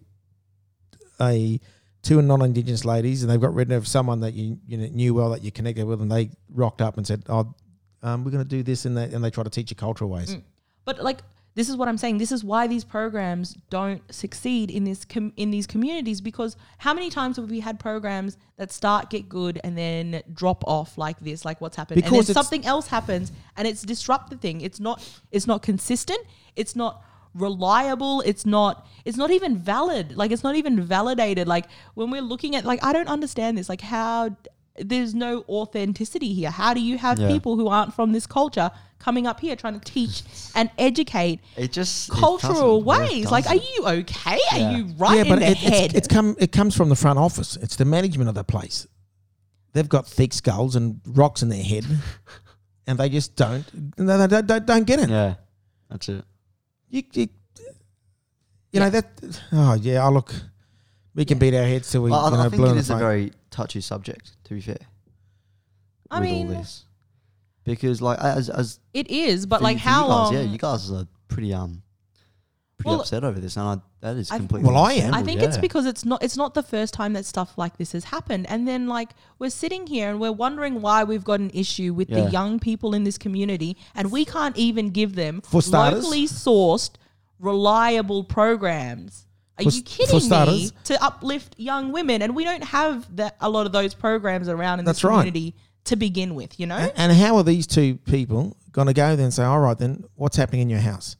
B: a two non-indigenous ladies, and they've got rid of someone that you you know, knew well that you connected with, and they rocked up and said, "Oh, um, we're going to do this," and they and they try to teach you cultural ways.
A: Mm. But like this is what I'm saying. This is why these programs don't succeed in this com- in these communities because how many times have we had programs that start get good and then drop off like this, like what's happened,
B: Because
A: and then
B: it's-
A: something else happens and it's disrupt the thing. It's not it's not consistent. It's not reliable it's not it's not even valid like it's not even validated like when we're looking at like i don't understand this like how there's no authenticity here how do you have
C: Yeah.
A: people who aren't from this culture coming up here trying to teach and educate
C: It just it
A: cultural
C: doesn't. It
A: ways. Like, are
C: doesn't.
A: you okay?
C: Yeah.
A: Are you right in the
B: it,
A: head?
B: It's, it's come it comes from the front office. It's the management of the place. They've got thick skulls and rocks in their head, and they just don't they, they, don't- don't, don't get it.
C: Yeah, that's it.
B: You, you, you know that. Oh yeah, I look. We can beat our heads till we
C: Well, I,
B: you know,
C: I think
B: blue in
C: it
B: the
C: is a
B: face.
C: very touchy subject. To be fair,
A: I
C: with all
A: mean-
C: this, because like as as
A: it is, but
C: for
A: like
C: you- for
A: how
C: you guys,
A: long?
C: Yeah, you guys are pretty um pretty
A: Well,
C: upset over this, and I, that is
A: I-
C: completely.
B: Well, I am.
A: I
C: understandable,
A: think it's
C: yeah.
A: because it's not it's not the first time that stuff like this has happened. And then like we're sitting here and we're wondering why we've got an issue with
C: Yeah.
A: the young people in this community and we can't even give them
B: For starters-
A: locally sourced, reliable programs. Are you
B: For s- for
A: kidding me?
B: starters-
A: To uplift young women and we don't have that a lot of those programs around in
B: That's
A: this
B: right.
A: community to begin with, you know?
B: A- And how are these two people going to go then? and Say, all right, then what's happening in your house?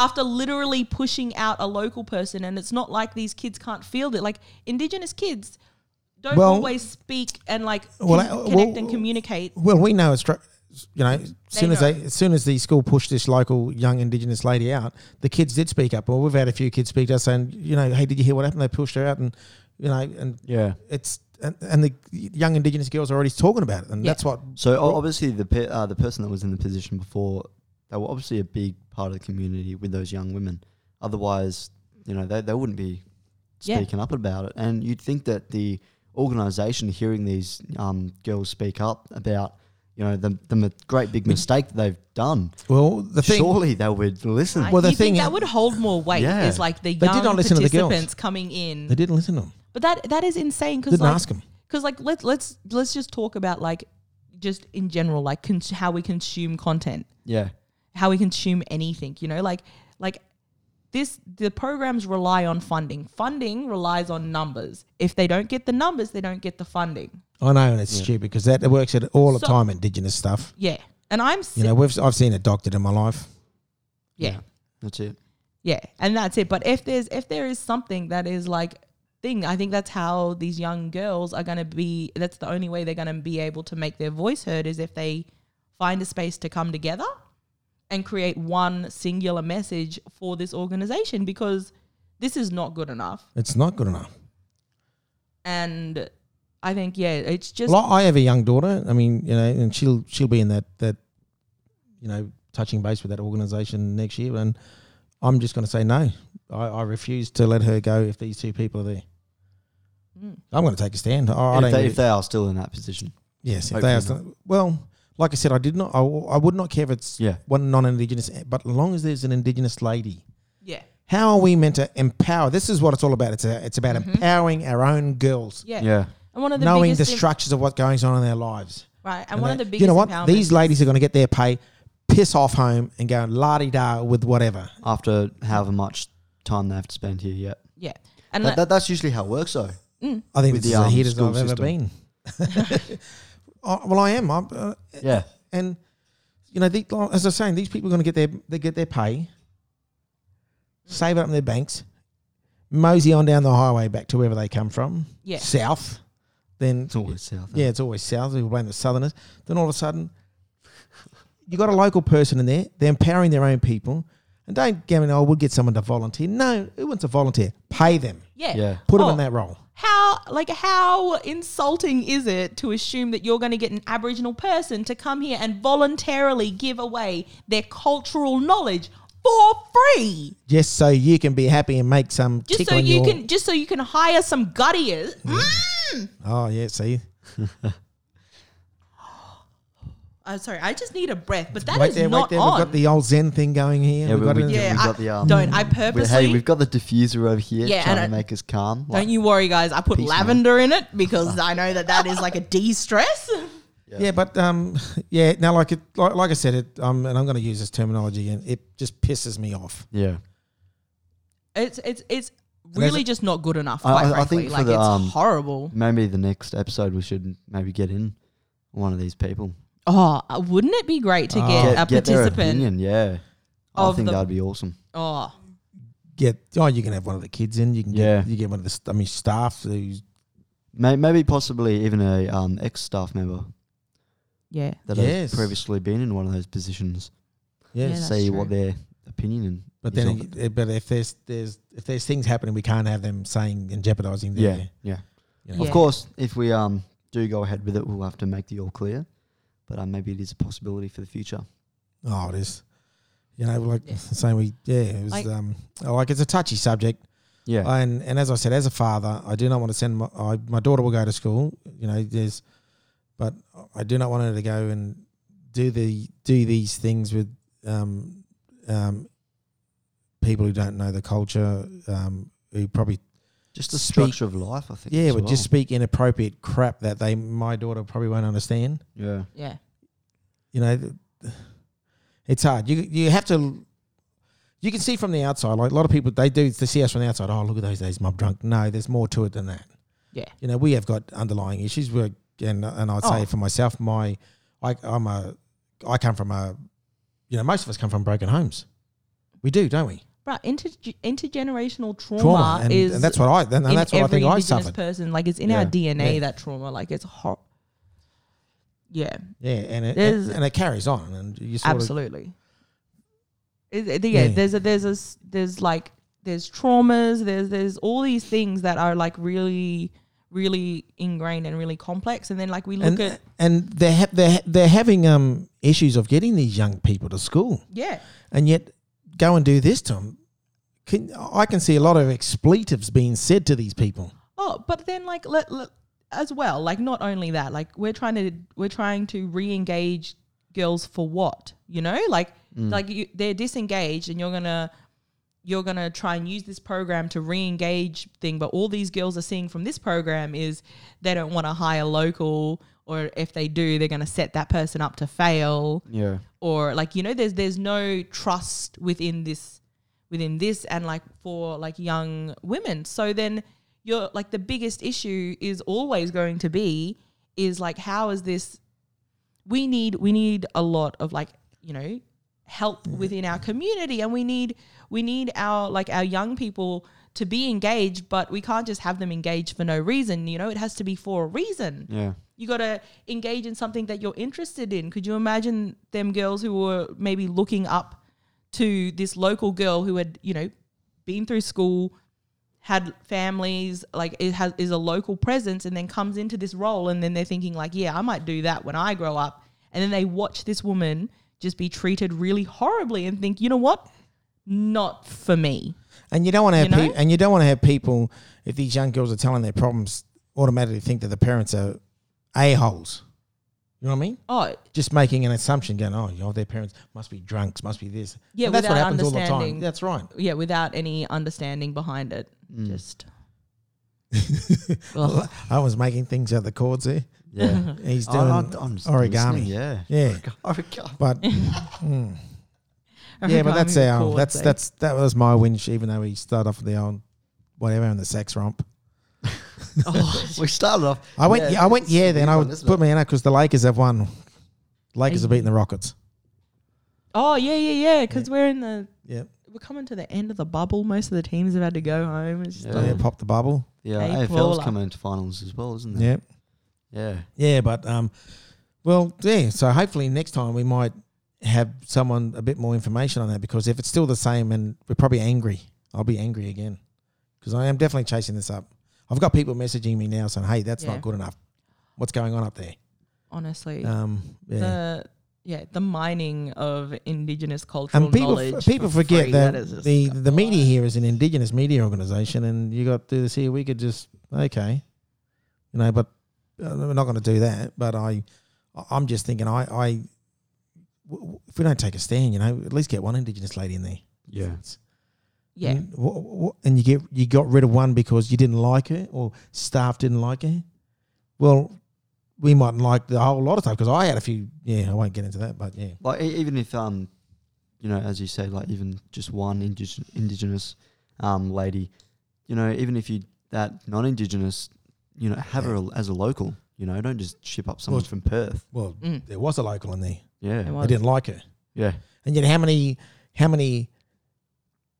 A: after literally pushing out a local person and it's not like these kids can't feel it like indigenous kids don't
B: Well-
A: always speak and like
B: Well,
A: con-
B: I- well-
A: connect and communicate
B: Well, we know it's. Tr- you know, as soon as
A: know.
B: they, as soon as the school pushed this local young Indigenous lady out, the kids did speak up. Well, we've had a few kids speak to us saying, you know, hey, did you hear what happened? They pushed her out, and you know, and
C: Yeah.
B: it's and, and the young Indigenous girls are already talking about it, and
A: Yeah.
B: that's what
C: So o- obviously the pe- uh, the person that was in the position before, they were obviously a big part of the community with those young women. Otherwise, you know, they, they wouldn't be
A: Yeah.
C: speaking up about it. And you'd think that the organisation hearing these um, girls speak up about, you know, the, the m- great big mistake that they've done,
B: Well, the thing
C: surely they would listen.
A: I-
B: Well, the
A: you think
B: thing-
A: that would hold more weight
C: Yeah.
A: is like the
B: They did
A: young
B: not listen to the girls.
A: participants coming in
B: they didn't listen to them.
A: but that that is insane because
B: Didn't
A: like,
B: ask 'em.
A: because like let's let's let's just talk about like just in general like cons- how we consume content
C: yeah.
A: how we consume anything you know like like this the programs rely on funding funding relies on numbers if they don't get the numbers they don't get the funding
B: I know, and it's Oh, stupid because that it works at all the
A: So-
B: time. Indigenous stuff,
A: yeah and i'm si-
B: you know, we've I've seen it doctored in my life.
A: yeah
C: That's it.
A: yeah and that's it but if there's if there is something that is like thing i think that's how these young girls are going to be that's the only way they're going to be able to make their voice heard is if they find a space to come together and create one singular message for this organization because this is not good enough
B: It's not good enough.
A: and I think yeah, it's just
B: Well, I I have a young daughter. I mean, you know, and she'll she'll be in that that you know touching base with that organisation next year, and I'm just going to say no. I, I refuse to let her go if these two people are there.
A: mm,
B: I'm going to take a stand. I, I
C: if,
B: don't.
C: they,
B: really-
C: if they are still in that position.
B: yes, if
C: hopefully
B: they are. still- Well, like I said, I did not. I, w- I would not care if it's
C: Yeah.
B: one non-indigenous, but as long as there's an indigenous lady.
A: yeah,
B: How are we meant to empower? This is what it's all about. It's a, it's about empowering our own girls,
A: yeah,
C: Yeah.
A: And Mm-hmm. one of the
B: knowing the
A: biggest thing-
B: structures of what goes on in their lives.
A: right, and,
B: And
A: one of
B: they-
A: the biggest
B: You know what?
A: empowerments-
B: These ladies are going to get their pay, piss off home, and go la di da with whatever.
C: After however much time they have to spend here, yeah.
A: yeah, and
C: That,
A: that-
C: that, that's usually how it works, though.
B: I think
C: With
B: this is
C: the,
B: the
C: um,
B: heatest
C: school
B: I've ever
C: system.
B: been. I, well, I am. I'm, uh,
C: Yeah.
B: and you know, the, as I was saying, these people are going to get their they get their pay, save it up in their banks, mosey on down the highway back to wherever they come from,
A: Yeah.
B: south. Then
C: It's always south.
B: yeah, it's always south. We blame the southerners. Then all of a sudden, you got a local person in there. They're empowering their own people. And don't get me wrong, I would get someone to volunteer. No, who wants to volunteer? Pay them.
A: yeah,
C: Yeah.
B: Put
A: Oh,
B: them in that role.
A: How like how insulting is it to assume that you're going to get an Aboriginal person to come here and voluntarily give away their cultural knowledge for free.
B: Just so you can be happy and make some
A: Just
B: tick
A: so
B: on
A: you
B: your-
A: can just so you can hire some guttiers.
B: Oh yeah, see,
A: Uh, sorry, I just need a breath, but that is
B: right there, right
A: not
B: there.
A: on.
B: We've got the old Zen thing going here.
C: Yeah,
B: we've
C: we-
B: got
C: we
B: it-
C: did.
A: yeah,
C: We've
A: I
C: got the, um,
A: don't. I
C: We're-
A: purposely
C: hey, we've got the diffuser over here
A: Yeah,
C: trying to
A: and I-
C: make us calm. Like,
A: Don't you worry, guys. I put
C: Peace,
A: lavender in it because I know that that is like a de-stress.
B: yeah. but um, yeah. Now, like it, like, like I said, it um, and I'm going to use this terminology again. It just pisses me off.
C: yeah.
A: It's it's it's
B: there's
A: really just not good enough.
C: I-
A: Quite
C: I- I
A: frankly,
C: think for
A: like
C: the,
A: it's
C: um,
A: horrible.
C: Maybe the next episode we should maybe get in one of these people.
A: Oh, uh, wouldn't it be great to get a
C: get their
A: participant?
C: opinion, yeah. I
A: of
C: think
A: the-
C: that'd be awesome.
A: Oh,
B: Get oh, you can have one of the kids in. You can
C: Yeah.
B: get you get one of the st- I mean staff. Who's,
C: May- Maybe possibly even a um, ex staff member
A: yeah.
C: that
B: Yes.
C: has previously been in one of those positions.
A: Yeah,
B: yes,
A: that's
C: See what
A: true.
C: their opinion and
B: but
C: is
B: then
C: of it.
B: it- but if there's there's if there's things happening, we can't have them saying and jeopardizing. Their,
C: yeah, yeah.
B: you
A: Yeah.
C: Of course, if we um do go ahead with it, we'll have to make the all clear. But um, maybe it is a possibility for the future.
B: Oh, it is. You know, like
A: Yeah.
B: saying we yeah, it was
A: Like-
B: um like it's a touchy subject.
C: Yeah,
B: And and as I said, as a father, I do not want to send my I, my daughter will go to school. You know, there's, but I do not want her to go and do the do these things with um um people who don't know the culture um who probably
C: just the
B: speak-
C: structure of life. I think.
B: yeah
C: as
B: would
C: well.
B: just speak inappropriate crap that they my daughter probably won't understand.
C: yeah,
A: Yeah.
B: you know, th- it's hard. You you have to. You can see from the outside. Like a lot of people, they do. They see us from the outside. Oh, look at those days, mob drunk. No, there's more to it than that.
A: Yeah.
B: You know, we have got underlying issues. We're and and I'd say
A: Oh.
B: for myself, my I I'm a I come from a, you know, most of us come from broken homes. We do, don't we?
A: Bruh, inter- intergenerational trauma,
B: Trauma, and,
A: is
B: and that's what I and
A: in
B: that's what I
A: every
B: think I
A: indigenous
B: suffered.
A: person. Like it's in our
C: Yeah.
A: DNA
B: Yeah.
A: that trauma. Like it's hor. Yeah,
B: Yeah, and it,
A: There's-
B: and, it carries on, and you sort of
A: absolutely. It- it- yeah,
B: Yeah.
A: there's a there's a s- there's like there's traumas. There's there's all these things that are like really really ingrained and really complex. And then like we look
B: and
A: at
B: and they're ha- they're ha- they're having um issues of getting these young people to school.
A: yeah
B: and yet go and do this to them. Can, I can see a lot of expletives being said to these people.
A: Oh, but then like let, let- as well, like not only that, like we're trying to we're trying to re-engage girls for what? You know? Like like you, they're disengaged and you're going to you're going to try and use this program to re-engage thing, but all these girls are seeing from this program is they don't want to hire local or if they do, they're going to set that person up to fail
C: yeah,
A: or like you know there's there's no trust within this within this and like for like young women so then you're like the biggest issue is always going to be is like how is this we need we need a lot of like you know help within our community and we need we need our like our young people to be engaged but we can't just have them engaged for no reason you know it has to be for a reason
C: yeah,
A: you got to engage in something that you're interested in. Could you imagine them girls who were maybe looking up to this local girl who had, you know, been through school, had families, like it has is a local presence and then comes into this role and then they're thinking like, yeah, I might do that when I grow up. And then they watch this woman just be treated really horribly and think, you know what? Not for me.
B: And you don't want to have
A: You know?
B: peop and you don't want to have people if these young girls are telling their problems automatically think that the parents are a holes. You know what I mean?
A: Oh,
B: Just making an assumption, going, oh, you know, their parents must be drunks, must be this.
A: Yeah,
B: And that's what
A: without
B: happens all the time.
A: understanding.
B: That's right.
A: yeah, without any understanding behind it.
B: Mm.
A: Just Ugh.
B: I was making things out of the chords there.
C: yeah.
B: He's
C: I-
B: doing
C: I- I'm just
B: origami.
C: listening, Yeah,
B: Yeah,
C: origami.
B: but hmm. Yeah, but
A: Origami
B: that's
A: with
B: our
A: cords,
B: that's
A: eh?
B: that's that was my winch. Even though we started off with the old whatever and the sex romp,
C: Oh, We started off.
B: I went yeah, I went
C: it's
B: yeah.
C: a
B: Then
C: weird
B: I
C: one,
B: would
C: isn't
B: put
C: it?
B: me in it because the Lakers have won. Lakers have beaten the Rockets.
A: Oh yeah, yeah, yeah. Because we're in the
B: Yeah,
A: we're coming to the end of the bubble. Most of the teams have had to go home. It's just
C: Yeah.
A: like-
B: yeah. Pop the bubble.
A: Hey,
C: Yeah, AFL's
A: Paula.
C: coming into finals as well, isn't it?
B: Yeah,
C: Yeah,
B: yeah. But um, well, yeah. So hopefully next time we might have someone a bit more information on that because if it's still the same and we're probably angry, I'll be angry again because I am definitely chasing this up. I've got people messaging me now saying, "Hey, that's
A: Yeah.
B: not good enough. What's going on up there?"
A: honestly,
B: Um, Uh, yeah.
A: the yeah, the mining of indigenous cultural
B: And people,
A: knowledge.
B: people
A: for
B: forget
A: free,
B: that,
A: is just
B: the,
A: a
B: the media
A: lie.
B: here is an indigenous media organisation, and you got to do this here. We could just okay, you know, but uh, we're not going to do that. But I, I'm just thinking, I, I, w- w- if we don't take a stand, you know, at least get one indigenous lady in there.
C: Yeah.
A: Yeah.
B: And, wha- wha- and you get you got rid of one because you didn't like her or staff didn't like her. Well, we mightn't like the whole lot of stuff because I had a few. Yeah, I won't get into that, but yeah.
C: Like e- even if um, you know, as you say, like even just one indig- indigenous um lady, you know, even if you that non-indigenous, you know, have her as a local. You know, don't just ship up someone
B: Well-
C: from Perth.
B: Well,
A: Mm.
B: there was a local in there.
A: It
C: Yeah,
B: I
A: was.
B: didn't like her.
C: yeah,
B: And yet, how many how many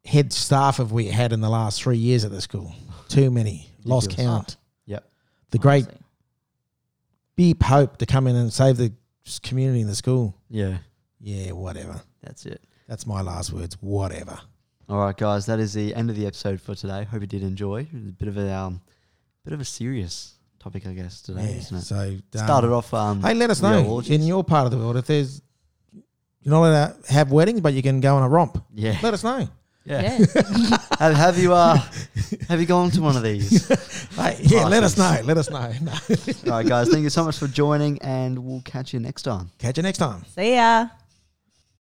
B: head staff have we had in the last three years at the school? Too many. Lost
C: Ridiculous.
B: count.
C: Yep.
B: The great
A: Honestly.
B: beep hope to come in and save the s- community and the school.
C: yeah.
B: Yeah, whatever.
C: That's it.
B: That's my last words. Whatever.
C: All right, guys, that is the end of the episode for today. Hope you did enjoy. It was a bit of a um, bit of a serious topic, I guess, today,
B: yeah.
C: isn't it?
B: So um,
C: Started off. Um,
B: Hey, let us
C: Real
B: know
C: orgies.
B: in your part of the world if there's you're not allowed to have weddings, but you can go on a romp.
C: yeah,
B: Let us know.
C: yeah.
A: Yeah.
C: have, have you uh, have you gone to one of these?
B: Hey, yeah, let us know.
C: Bastards.
B: Let us know. No.
C: All right, guys, thank you so much for joining, and we'll catch you next time.
B: Catch you next time.
A: See ya.